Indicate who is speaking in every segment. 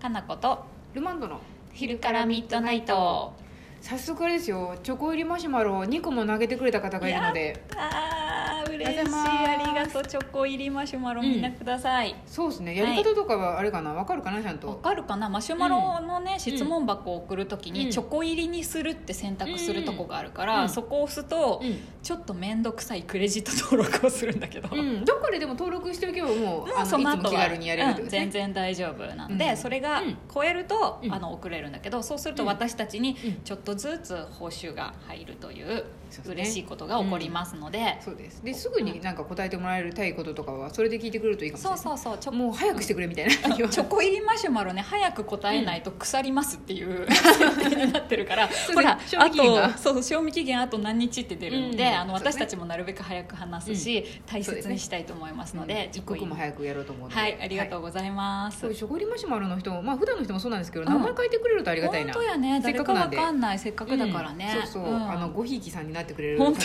Speaker 1: かなこと
Speaker 2: ルマンドの
Speaker 1: 昼からミッドナイト
Speaker 2: 早速ですよチョコ入りマシュマロを2個も投げてくれた方がいるので
Speaker 1: あー嬉しい
Speaker 2: ありがとうございます
Speaker 1: ありがとうチョコ入りマシュマロみんなください、
Speaker 2: そうですねやり方とかはあれかなわ、かるかなちゃん
Speaker 1: わ
Speaker 2: と
Speaker 1: かるかなマシュマロのね、質問箱を送るとき
Speaker 2: う
Speaker 1: に
Speaker 2: ん
Speaker 1: チョコ入りにするって選択するとこがあるから、
Speaker 2: うん
Speaker 1: そこを押すと、
Speaker 2: う
Speaker 1: ちょっと面倒くさいクレジット登録をするんだけど、
Speaker 2: ん、うん、どっかででも登録しておけばも
Speaker 1: もう
Speaker 2: うあ
Speaker 1: そ
Speaker 2: のい
Speaker 1: の
Speaker 2: つ
Speaker 1: 後
Speaker 2: も
Speaker 1: は
Speaker 2: 気軽にやれるって
Speaker 1: うん
Speaker 2: ことです
Speaker 1: 全
Speaker 2: ね、
Speaker 1: 然大丈夫なんで、
Speaker 2: うん
Speaker 1: それが
Speaker 2: うん
Speaker 1: 超えると、
Speaker 2: うん
Speaker 1: あの送れるんだけどそうすると私たちに
Speaker 2: うん
Speaker 1: ちょっとずつ報酬が入るという
Speaker 2: そうですね
Speaker 1: 嬉しいことが起こりますので、
Speaker 2: そうですですぐになんか答えてもらえたいこととかはそれで聞いてくるといいかもしれ
Speaker 1: そ
Speaker 2: な
Speaker 1: う
Speaker 2: い
Speaker 1: そうそうちょ
Speaker 2: もう早くしてくれみたいな
Speaker 1: あの チョコ入りマシュマロね早く答えないと腐りますっていう、 設定になってる から
Speaker 2: う
Speaker 1: ほら
Speaker 2: 賞
Speaker 1: あ
Speaker 2: 味期限が
Speaker 1: とそうそう賞味期限あと何日って出るんで、
Speaker 2: うん
Speaker 1: あの
Speaker 2: そうね
Speaker 1: 私たちもなるべく早く話すし、大切にしたいと思いますので
Speaker 2: うん一刻も
Speaker 1: く
Speaker 2: 早くやろうと思うので
Speaker 1: はいありがとうございます、
Speaker 2: そういう食リマシュマロの人もまあ普段の人もそうなんですけ
Speaker 1: う
Speaker 2: ど、
Speaker 1: ん
Speaker 2: 名前書いてくれるとありがたい
Speaker 1: 本
Speaker 2: な
Speaker 1: 当やね
Speaker 2: せっ
Speaker 1: 誰
Speaker 2: か
Speaker 1: か
Speaker 2: くな
Speaker 1: わ
Speaker 2: んで
Speaker 1: かんないせっかくだからね、
Speaker 2: うんそうそう、
Speaker 1: ん
Speaker 2: あのごひいきさんになってくれる方
Speaker 1: 本
Speaker 2: に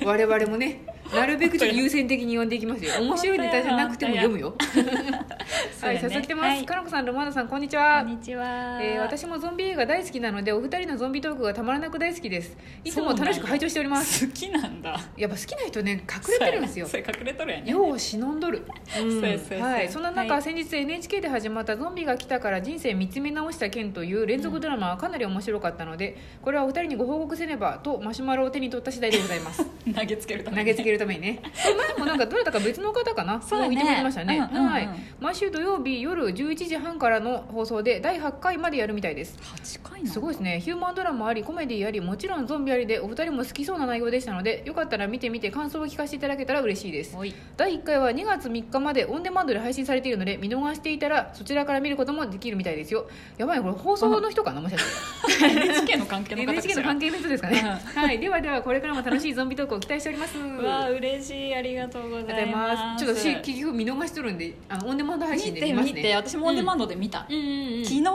Speaker 1: 当
Speaker 2: は、我々もねなるべくちょっと優先的に呼んでいきますよ面白いネタじゃなくても読むよ、
Speaker 1: そうや
Speaker 2: はい
Speaker 1: ね
Speaker 2: 早速来ます、
Speaker 1: はい
Speaker 2: かなこさんルマンダさんこんにち
Speaker 1: こ
Speaker 2: は
Speaker 1: んにちは、
Speaker 2: えー私もゾンビ映画大好きなのでお二人のゾンビトークがたまらなく大好きですいつも楽しく拝聴しております
Speaker 1: 好きなんだ
Speaker 2: やっぱ好きな人ね隠れてるんですよ
Speaker 1: そうやねそれ隠れとるやね
Speaker 2: よう忍んどる、うん
Speaker 1: そうやそうやそうや
Speaker 2: はい、そんな中、
Speaker 1: はい
Speaker 2: 先日 NHK で始まった「ゾンビが来たから人生見つめ直した件」という連続ドラマはかなり面白かったので、これはお二人にご報告せねばとマシュマロを手に取った次第でござい ます
Speaker 1: 投げつけるた
Speaker 2: 投
Speaker 1: めに
Speaker 2: げつけるためにねこれ前もなんかどなたか別の方かな
Speaker 1: そうや
Speaker 2: 見
Speaker 1: ね
Speaker 2: てくれましたね、
Speaker 1: うんうんうん
Speaker 2: はい、毎週土曜日夜11時半からの放送で第8回までやるみたいです
Speaker 1: 八回な
Speaker 2: すごいですねヒューマンドラマありコメディありもちろんゾンビありでお二人も好きそうな内容でしたのでよかったら見てみて感想を聞かせていただけたら嬉しいです
Speaker 1: おい
Speaker 2: 第1回は2月3日までオンデマンドで配信されているので見逃していたらそちらから見ることもできるみたいですよやばいこれ放送の人かなもしかして
Speaker 1: NHK の関係の方
Speaker 2: NHK の関係の人ですかね、
Speaker 1: う
Speaker 2: はい、ではではこれからも楽しいゾンビトークを期待しております
Speaker 1: うわ
Speaker 2: あり
Speaker 1: 嬉しいありがとうご
Speaker 2: がと
Speaker 1: ざい
Speaker 2: うござい
Speaker 1: ま
Speaker 2: ますすちょっと私結局見逃しとるんであのオンデマンド配信
Speaker 1: 見
Speaker 2: で
Speaker 1: て
Speaker 2: 見ます
Speaker 1: 見て
Speaker 2: ね
Speaker 1: 私もオンデマンドで見た、
Speaker 2: うんうんうん
Speaker 1: 昨日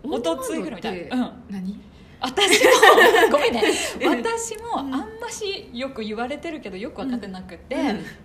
Speaker 2: オン
Speaker 1: お
Speaker 2: デマ
Speaker 1: と
Speaker 2: ンド
Speaker 1: ついぐらい見た
Speaker 2: って
Speaker 1: うん
Speaker 2: 何
Speaker 1: 私も ごめんね私もあんましよく言われてるけどよく分かってなくて、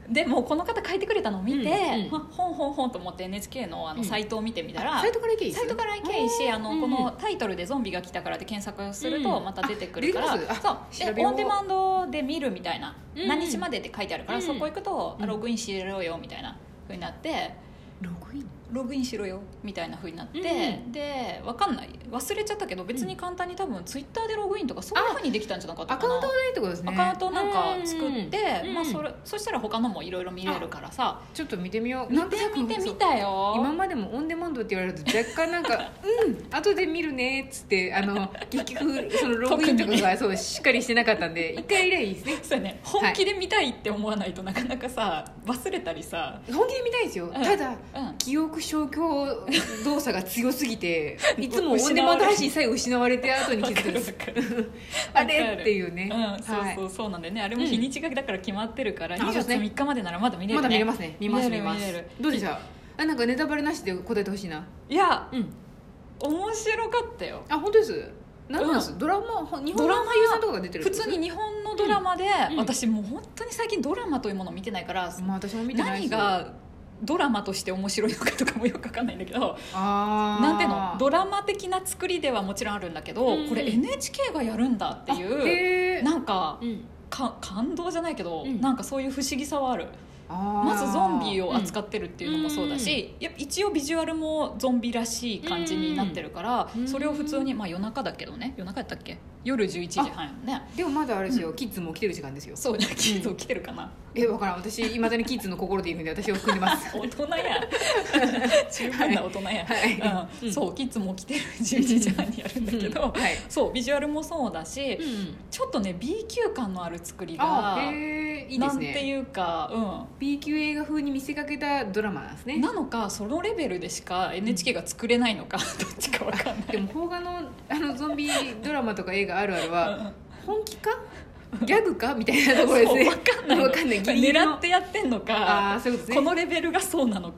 Speaker 1: でもこの方書いてくれたのを見て、
Speaker 2: うんうん
Speaker 1: まあ、ほんほんほんと思って NHK のあ
Speaker 2: う
Speaker 1: の
Speaker 2: ん
Speaker 1: サイトを見てみたら、
Speaker 2: サイトからいけいい
Speaker 1: サイトから行けいいしあの、
Speaker 2: うんうん
Speaker 1: このタイトルで「ゾンビが来たから」で検索すると
Speaker 2: うん
Speaker 1: また出てくるから、
Speaker 2: あ出てきますあ
Speaker 1: そう
Speaker 2: 調べ
Speaker 1: で
Speaker 2: よう
Speaker 1: オンデマンドで見るみたいな、
Speaker 2: うん
Speaker 1: 何日までって書いてあるから、
Speaker 2: うん
Speaker 1: そこ行くと、
Speaker 2: うん
Speaker 1: ログインしろよみたいな風になって
Speaker 2: ログイン
Speaker 1: ログインしろよみたいな風になって、
Speaker 2: う
Speaker 1: でわかんない忘れちゃったけど別に簡単に多分ツイッターでログインとかそういう風にできたんじゃなかった
Speaker 2: ア
Speaker 1: か
Speaker 2: カ
Speaker 1: な
Speaker 2: ウントをないってことですね
Speaker 1: アカウントなんか作って、
Speaker 2: うん
Speaker 1: まあ、それそしたら他のもいろいろ見れるからさ
Speaker 2: ちょっと見てみよう
Speaker 1: 見
Speaker 2: なんと
Speaker 1: て
Speaker 2: なく
Speaker 1: 見てみたよ
Speaker 2: 今までもオンデマンドって言われると若干な んか「うん後で見るね」っつってあの結局そのログインとかがそうしっかりしてなかったんで一回以来いいですね
Speaker 1: そうやね本気で見たいって思わないとなかなかさ忘れたりさ、
Speaker 2: 本気で見たいですよ、
Speaker 1: ん
Speaker 2: ただ
Speaker 1: うん、
Speaker 2: 記憶消去動作が強すぎ ていつもオ
Speaker 1: 失われ
Speaker 2: ンデマンド配信さえ失われて後に気づくんです
Speaker 1: かる
Speaker 2: あれっていうね、
Speaker 1: うん、そう
Speaker 2: はい
Speaker 1: そうそうなんだよねあれも日にちがだから決まってるから、
Speaker 2: うんあ
Speaker 1: 2
Speaker 2: そうです
Speaker 1: 月
Speaker 2: ね
Speaker 1: 3日までならまだ見れるね
Speaker 2: まだ見れますね見ます
Speaker 1: 見れ
Speaker 2: 見
Speaker 1: る
Speaker 2: ます
Speaker 1: 見れる
Speaker 2: どうでしたあなんかネタバレなしで答えてほしいない
Speaker 1: や
Speaker 2: うん
Speaker 1: 面白かったよ
Speaker 2: あ本当です何なんです、ドラマほ日本の俳優さんとかが出てる
Speaker 1: 普通に日本のドラマで、
Speaker 2: うん
Speaker 1: 私もう本当に最近ドラマというものを見てないから、
Speaker 2: まあ私も見てな
Speaker 1: 何
Speaker 2: いですよ
Speaker 1: がドラマとして面白いのかとかもよくわかんないんだけど
Speaker 2: あー
Speaker 1: なんていうのドラマ的な作りではもちろんあるんだけど、
Speaker 2: うん
Speaker 1: これ NHK がやるんだって
Speaker 2: あ
Speaker 1: いう
Speaker 2: へー
Speaker 1: なんか
Speaker 2: うん
Speaker 1: か感動じゃないけど、
Speaker 2: うん
Speaker 1: なんかそういう不思議さはあるま
Speaker 2: ま
Speaker 1: ずゾンビを扱
Speaker 2: っ
Speaker 1: ってるっていうのもそうだし、やっぱ一応ビジュアルもゾンビらしい感じになってるから、
Speaker 2: うん
Speaker 1: それを普通に、まあ、夜中だけどね夜中やったっけ夜11時半よね
Speaker 2: でもまだあれですよ、キッズも来てる時間ですよ
Speaker 1: そうねキッズ起きてるかな、
Speaker 2: えわからん私いまだにキッズの心でいるんで私を含んで ます
Speaker 1: 大人 や十分な大人や、
Speaker 2: は
Speaker 1: う、
Speaker 2: うんん
Speaker 1: そうキッズも起きてる11時半にやるんだけど、
Speaker 2: うんはい
Speaker 1: そうビジュアルもそうだし、
Speaker 2: うん
Speaker 1: ちょっとね B 級感のある作り
Speaker 2: あ
Speaker 1: が
Speaker 2: へえいいで
Speaker 1: な
Speaker 2: す
Speaker 1: んて
Speaker 2: ね
Speaker 1: いうか、うん、
Speaker 2: B 級映画風に見せかけたドラマなんですね
Speaker 1: なのかそのレベルでしか NHK が作れないのか、どっちかわかんない
Speaker 2: でも邦画のあのゾンビドラマとか映画あるあるは本気かギャグかみたいなところですね
Speaker 1: そうわかんないの
Speaker 2: わかんないギリギリの
Speaker 1: 狙ってやってんの
Speaker 2: あ
Speaker 1: か
Speaker 2: あそういうことです
Speaker 1: こ
Speaker 2: ね
Speaker 1: のレベルがそうなのか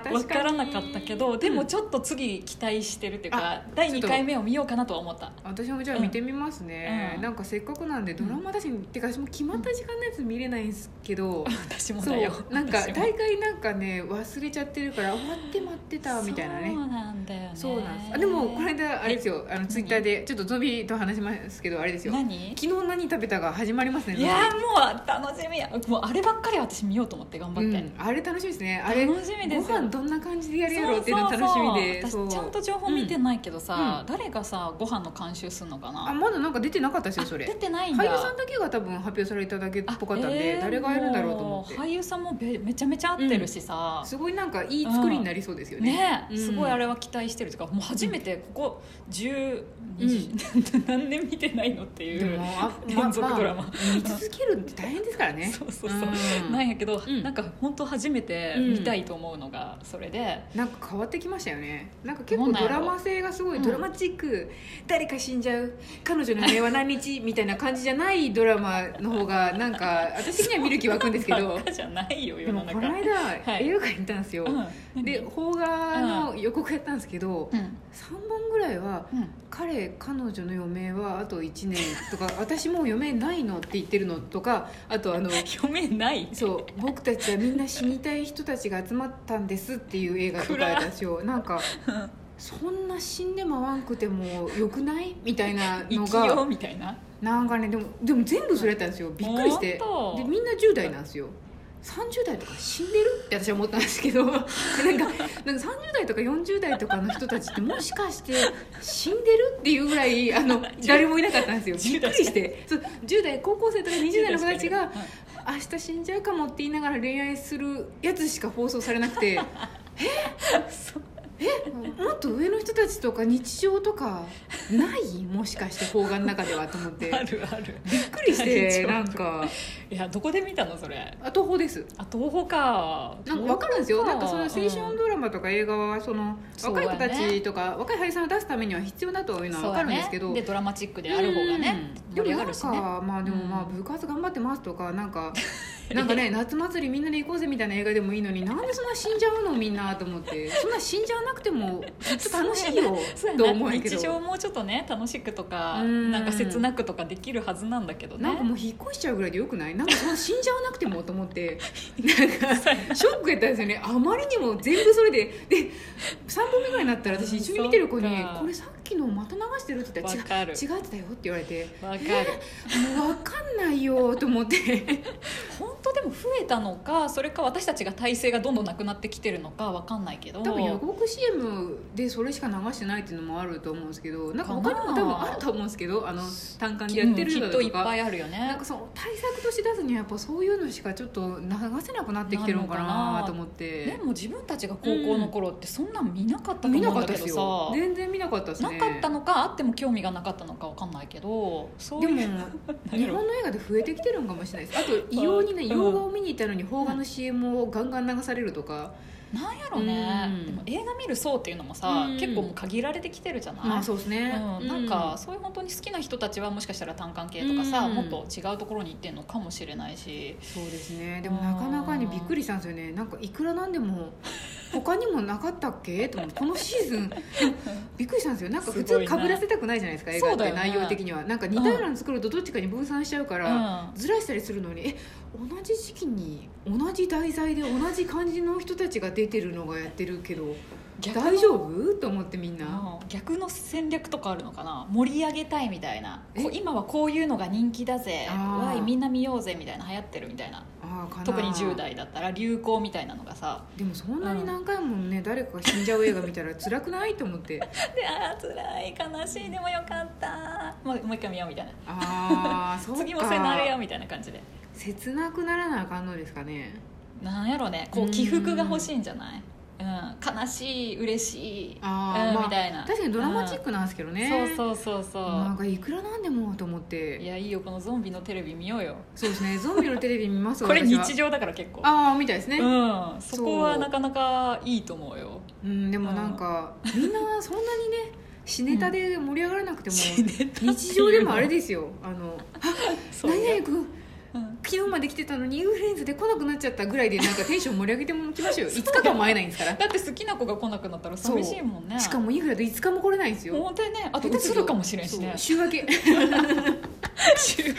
Speaker 1: は
Speaker 2: ー確かに
Speaker 1: 分からなかったけどでもちょっと次期待してるっていうか第2回目を見ようかなとは思った
Speaker 2: 私もじゃあ見てみますね、
Speaker 1: うん
Speaker 2: なんかせっかくなんでドラマだし、てか私も決まった時間のやつ見れないんですけど、
Speaker 1: 私も
Speaker 2: そ
Speaker 1: だよ
Speaker 2: うなんか
Speaker 1: 私も
Speaker 2: 大会なんかね忘れちゃってる から終わって待ってたみたいなね
Speaker 1: そうなんだよね
Speaker 2: そうなんですあでもこの間あれですよあのツイッターでちょっとゾンビと話しますけどあれですよ
Speaker 1: 何
Speaker 2: 昨日何食べたが始まりますね
Speaker 1: いやーもう楽しみやもうあればっかりは私見ようと思って頑
Speaker 2: ゾン
Speaker 1: 張っ
Speaker 2: ビ
Speaker 1: て、
Speaker 2: うんあれ楽しみですねあれ
Speaker 1: 楽しみです
Speaker 2: ご
Speaker 1: よ
Speaker 2: 飯どんな感じでやるやろうっていうの楽しみで
Speaker 1: そうそうそう私ちゃんと情報見てないけどさ、誰がさご飯の監修するのか
Speaker 2: あ
Speaker 1: な
Speaker 2: まだなんか出てなかったですよそ
Speaker 1: 出
Speaker 2: れ
Speaker 1: てないんだ
Speaker 2: 俳優さんだけが多分発表されただけっ
Speaker 1: あ
Speaker 2: ぽかったんで、
Speaker 1: えー
Speaker 2: 誰がやるんだろうと思って
Speaker 1: もう俳優さんもべめちゃめちゃ合ってるしさ、
Speaker 2: すごいなんかいい作りになりそうですよね,、
Speaker 1: ね
Speaker 2: うん
Speaker 1: すごいあれは期待してるというかもう初めてここ10、何 年見てないのってい
Speaker 2: でも
Speaker 1: う
Speaker 2: あ
Speaker 1: 連続ドラマ
Speaker 2: まあまあ見続けるって大変ですからね
Speaker 1: そうそうそう、
Speaker 2: ん
Speaker 1: なんやけど、
Speaker 2: うん
Speaker 1: なんか本当初めて見たいと思うのがそれで、
Speaker 2: なんか変わってきましたよねなんか結
Speaker 1: ど
Speaker 2: 構
Speaker 1: うなん
Speaker 2: ド
Speaker 1: や
Speaker 2: ラ
Speaker 1: ろ
Speaker 2: マ性がすごい
Speaker 1: うん
Speaker 2: ドラマチック、誰か死んじゃう彼女の名は何日みたいな感じじゃないドラマの方がなん か私的には見る気湧くんですけ
Speaker 1: バ
Speaker 2: ど
Speaker 1: カじゃないよ
Speaker 2: で
Speaker 1: 世
Speaker 2: も
Speaker 1: の
Speaker 2: こ
Speaker 1: 中
Speaker 2: の間
Speaker 1: い
Speaker 2: 映画館行ったんですよ、
Speaker 1: うん、
Speaker 2: で邦画の予告やったんですけど、
Speaker 1: うん
Speaker 2: 三3本ぐらいは
Speaker 1: うん
Speaker 2: 彼彼女の余命はあと1年とか 私もう余命ないのって言ってるのとかあとあの
Speaker 1: 読めない
Speaker 2: そう僕たちはみんな死にたい人たちが集まったんですっていう映画とかやったんですよなんかそんな死んでもわんくてもよくないみたいな
Speaker 1: 生
Speaker 2: の
Speaker 1: きよう
Speaker 2: が
Speaker 1: みたいな
Speaker 2: なんかねでもでも全部それやったんですよびっくりしてで
Speaker 1: 本当
Speaker 2: みんな10代なんですよ30代とか死んでるって私は思ったんですけ どなんかなんか30代とか40代とかの人たちってもしかして死んでるっていうぐらいあの誰もいなかったんですよびっくりしてそう10代高校生とか20代の子たちが明日死んじゃうかもって言いながら恋愛するやつしか放送されな くてええもっと上の人たちとか日常とかないもしかして邦画の中ではと思っ
Speaker 1: う
Speaker 2: て
Speaker 1: んあるある
Speaker 2: びっくりしてな
Speaker 1: 大丈夫
Speaker 2: んか
Speaker 1: いやどこで見たのそれ
Speaker 2: あ東宝です
Speaker 1: あ東宝か
Speaker 2: なんか分かるんですよなんかその青
Speaker 1: う
Speaker 2: 春
Speaker 1: ん
Speaker 2: ドラマとか映画はその
Speaker 1: そう
Speaker 2: 若い
Speaker 1: だね
Speaker 2: 子たちとか若い俳優さんを出すためには必要だというのは分かるんです
Speaker 1: そ
Speaker 2: け
Speaker 1: うだ
Speaker 2: ど
Speaker 1: ねでドラマチックである方がね
Speaker 2: うんで
Speaker 1: 盛り上
Speaker 2: もな
Speaker 1: が
Speaker 2: ん
Speaker 1: るし
Speaker 2: か、
Speaker 1: ね
Speaker 2: まあでもまあ
Speaker 1: う
Speaker 2: 部活頑張ってますとかな んかなんかね夏祭りみんなで行こうぜみたいな映画でもいいのになんでそんな死んじゃうのみんなと思ってそんな死んじゃわなくてもきっと楽しいよ
Speaker 1: そうや
Speaker 2: と
Speaker 1: な
Speaker 2: 思うんやけ
Speaker 1: 日常
Speaker 2: ど
Speaker 1: もうちょっとね楽しくとか
Speaker 2: うん
Speaker 1: なんか切なくとかできるはずなんだけどね
Speaker 2: なんかもう引っ越しちゃうぐらいでよくないなんかそんな死んじゃわなくてもと思って なんかショックやったんですよねあまりにも全部それでで3本目ぐらいになったら私一緒に見てる子に
Speaker 1: そっか
Speaker 2: 「これさっきのまた流してる?」って言った
Speaker 1: わからる
Speaker 2: 「違う違ってたよ」って言われて
Speaker 1: わかる
Speaker 2: 「もう分かんないよ」と思って。
Speaker 1: 本当でも増えたのかそれか私たちが体制がどんどんなくなってきてるのかわかんないけど
Speaker 2: 多分予告 CM でそれしか流してないっていうのもあると思うんですけどなんか他にも多分あると思うんですけどあの単管でやってる
Speaker 1: き
Speaker 2: の
Speaker 1: っと
Speaker 2: とか
Speaker 1: いっぱいあるよね
Speaker 2: なんかその対策として出すにはやっぱそういうのしかちょっと流せなくなってきてるのかなと思って
Speaker 1: でも自分たちが高校の頃ってそんなん見なかったと思
Speaker 2: 見な
Speaker 1: う
Speaker 2: か
Speaker 1: ん
Speaker 2: っ
Speaker 1: だ
Speaker 2: た
Speaker 1: け
Speaker 2: です
Speaker 1: ど
Speaker 2: よ
Speaker 1: さ、
Speaker 2: 全然見なかったですね
Speaker 1: なかったのかあっても興味がなかったのかわかんないけどそう
Speaker 2: で
Speaker 1: いう
Speaker 2: も 日本の映画で増えてきてるんかもしれないですあと異様にね
Speaker 1: うん
Speaker 2: 洋画を見に行ったのに邦画の CM をガンガン流されるとか
Speaker 1: なんやろね、
Speaker 2: うん
Speaker 1: でも映画見る層っていうのもさ、
Speaker 2: うん
Speaker 1: 結構もう限られてきてるじゃない、
Speaker 2: まあそうですね
Speaker 1: うん、なんかそういう本当に好きな人たちはもしかしたら単関系とかさ、
Speaker 2: うん
Speaker 1: もっと違うところに行ってんのかもしれないし
Speaker 2: そうですねでもなかなかにびっくりしたんですよねなんかいくらなんでも他にもなかったっけと思ってこのシーズン でもびっくりしたんですよなんか普
Speaker 1: すご
Speaker 2: 通
Speaker 1: い
Speaker 2: か
Speaker 1: な
Speaker 2: ぶらせたくないじゃないですか映画
Speaker 1: そ
Speaker 2: っ
Speaker 1: うだ
Speaker 2: て
Speaker 1: よね
Speaker 2: 内容的には、なんか似たようなの作るとどっちかに分散しちゃうから、
Speaker 1: うん
Speaker 2: ずらしたりするのにえ同じ時期に同じ題材で同じ感じの人たちが出てるのがやってるけど
Speaker 1: 逆
Speaker 2: 大丈夫と思ってみんな、
Speaker 1: うん逆の戦略とかあるのかな盛り上げたいみたいなこう今はこういうのが人気だぜ
Speaker 2: あー
Speaker 1: わいみんな見ようぜみたいな流行ってるみたいな
Speaker 2: ああかな
Speaker 1: 特に10代だったら流行みたいなのがさ
Speaker 2: でもそんなに何回もね、誰かが死んじゃう映画見たら辛くないと 思って
Speaker 1: であー辛い悲しいでもよかったもうもう一回見ようみたいな
Speaker 2: ああそうか
Speaker 1: 次もそれなれよみたいな感じで
Speaker 2: 切なくならなあかんのですかね
Speaker 1: なんやろねこ
Speaker 2: う
Speaker 1: うん起伏が欲しいんじゃない、うん、悲しい嬉しい、
Speaker 2: あー
Speaker 1: うん
Speaker 2: まあ
Speaker 1: みたいな
Speaker 2: 確かにドラマチックなんですけどね、う
Speaker 1: そうそうそうそう、
Speaker 2: なんかいくらなんでもと思っ
Speaker 1: い
Speaker 2: て
Speaker 1: やいいよこのゾンビのテレビ見ようよ
Speaker 2: そうですねゾンビのテレビ見ます
Speaker 1: これ
Speaker 2: 私は
Speaker 1: 日常だから結構
Speaker 2: ああみたいですね、うん
Speaker 1: うん、そこはなかなかいいと思うよ
Speaker 2: でもなんかみんなそんなにね死ネタで盛り上がらなくても、
Speaker 1: 死ねたっていうの
Speaker 2: 日常でもあれですよ「あの
Speaker 1: そう
Speaker 2: 何
Speaker 1: ね
Speaker 2: 々君
Speaker 1: うん
Speaker 2: 昨日まで来てたのにインフルエンザで来なくなっちゃった」ぐらいでなんかテンション盛り上げてもらきましょうよ5日間も会えないんですから
Speaker 1: だって好きな子が来なくなったら寂しいもんね
Speaker 2: しかもインフルエンザで5日も来れないんですよ
Speaker 1: 本当にねあと映るかもしれんしね
Speaker 2: そう週明け下手する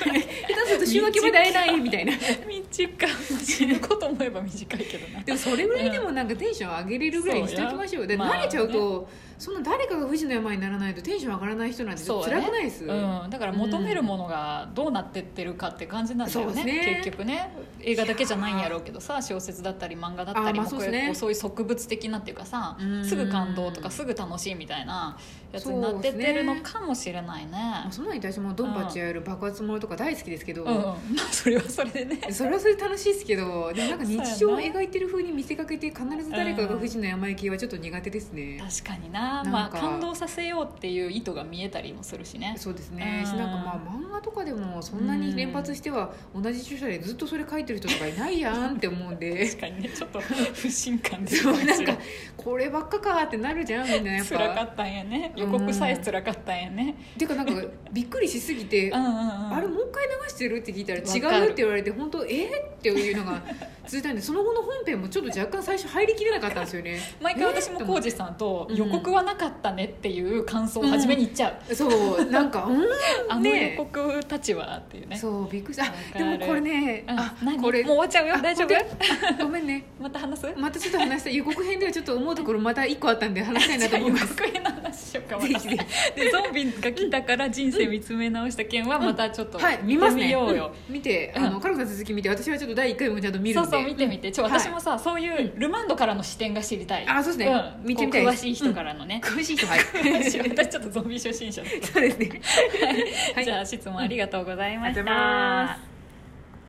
Speaker 2: と週明けまで会えないみたいな
Speaker 1: 短い死ぬこと思えば短いけどな
Speaker 2: でもそれぐらいでもなんかテンション上げれるぐらいにしておきましょ
Speaker 1: そ
Speaker 2: う
Speaker 1: う
Speaker 2: で
Speaker 1: やまあ
Speaker 2: 慣れちゃうと、そんな誰かが不治の病にならないとテンション上がらない人なんてちょっと辛くないで
Speaker 1: う
Speaker 2: す、
Speaker 1: ん、だから求めるものがどうなってってるかって感じなんだよ
Speaker 2: そうで
Speaker 1: ね,、
Speaker 2: すね
Speaker 1: 結局ね映画だけじゃないんやろうけどさ小説だったり漫画だったり
Speaker 2: あーまあ
Speaker 1: も
Speaker 2: そう
Speaker 1: こう
Speaker 2: で
Speaker 1: い
Speaker 2: す
Speaker 1: う
Speaker 2: ね
Speaker 1: こうそういう植物的なっていうかさ
Speaker 2: うん
Speaker 1: すぐ感動とかすぐ楽しいみたいなやつになってってるのかもしれないね
Speaker 2: まあそんなに私もドンパチやる爆発ものとか大好きですけど、
Speaker 1: うん、 まあそれはそれでね
Speaker 2: それはそれで楽しいですけどでもなんか日常を
Speaker 1: そうやな
Speaker 2: 描いてる風に見せかけて必ず誰かが不治の病系はちょっと苦手ですね、
Speaker 1: 確かにな
Speaker 2: なん
Speaker 1: まあ
Speaker 2: か
Speaker 1: 感動させようっていう意図が見えたりもするしね
Speaker 2: そうですね、
Speaker 1: うん
Speaker 2: なんかまあ漫画とかでもそんなに連発しては同じ著者でずっとそれ書いてる人とかいないやんって思うんで
Speaker 1: 確かにねちょっ と不信感で
Speaker 2: そうな んかこればっかかーってなるじゃんみんなやっ
Speaker 1: 辛か
Speaker 2: ぱ
Speaker 1: ったんやね予告さえ辛かったんやね
Speaker 2: ていうかなんかびっくりしすぎて、
Speaker 1: うんうんうん
Speaker 2: あれもう一回流してるって聞いたら
Speaker 1: わか
Speaker 2: 違
Speaker 1: る
Speaker 2: うって言われて本当えー、っていうのが続いたんでその後の本編もちょっと若干最初入りきれなかったんですよね
Speaker 1: 毎回私も浩二さんと
Speaker 2: うん
Speaker 1: 予告はなかったねっていう感想を初めに言っちゃう、
Speaker 2: そうなんかうん
Speaker 1: あの
Speaker 2: ね
Speaker 1: 予告たちはっていうね
Speaker 2: そうびっくりした
Speaker 1: わ
Speaker 2: あ
Speaker 1: か
Speaker 2: で
Speaker 1: る
Speaker 2: もこれね
Speaker 1: うん
Speaker 2: あ
Speaker 1: 何
Speaker 2: これ
Speaker 1: もう終わっちゃうよ
Speaker 2: あ
Speaker 1: 大丈夫
Speaker 2: 本ごめんね
Speaker 1: また話す
Speaker 2: またちょっと話したい予告編ではちょっと思うところまた一個あったんで話したいなと
Speaker 1: じゃあ
Speaker 2: 思
Speaker 1: 予
Speaker 2: います
Speaker 1: 告編の話しようかま
Speaker 2: ぜ
Speaker 1: た
Speaker 2: ひぜ
Speaker 1: でゾンビが来たから人生見つめ直した件はまたちょっと
Speaker 2: はい見
Speaker 1: 見
Speaker 2: ま
Speaker 1: て
Speaker 2: すね
Speaker 1: みようよ、
Speaker 2: うん見てあ
Speaker 1: う
Speaker 2: のカルコさん続き見て私はちょっと第一回もちゃんと見る
Speaker 1: そ
Speaker 2: ん
Speaker 1: う
Speaker 2: で
Speaker 1: そう見てみてちょ
Speaker 2: はい
Speaker 1: 私もさ、そういうルマンドからの視点が知りたい
Speaker 2: あそうですね
Speaker 1: ん
Speaker 2: 見てみたい
Speaker 1: こう
Speaker 2: で
Speaker 1: 詳
Speaker 2: す
Speaker 1: しい人からのね、
Speaker 2: 詳しい人はい
Speaker 1: 私ちょっとゾンビ初心者だ
Speaker 2: そうですね
Speaker 1: じゃあ質問ありがとうございました、
Speaker 2: ありがとうございます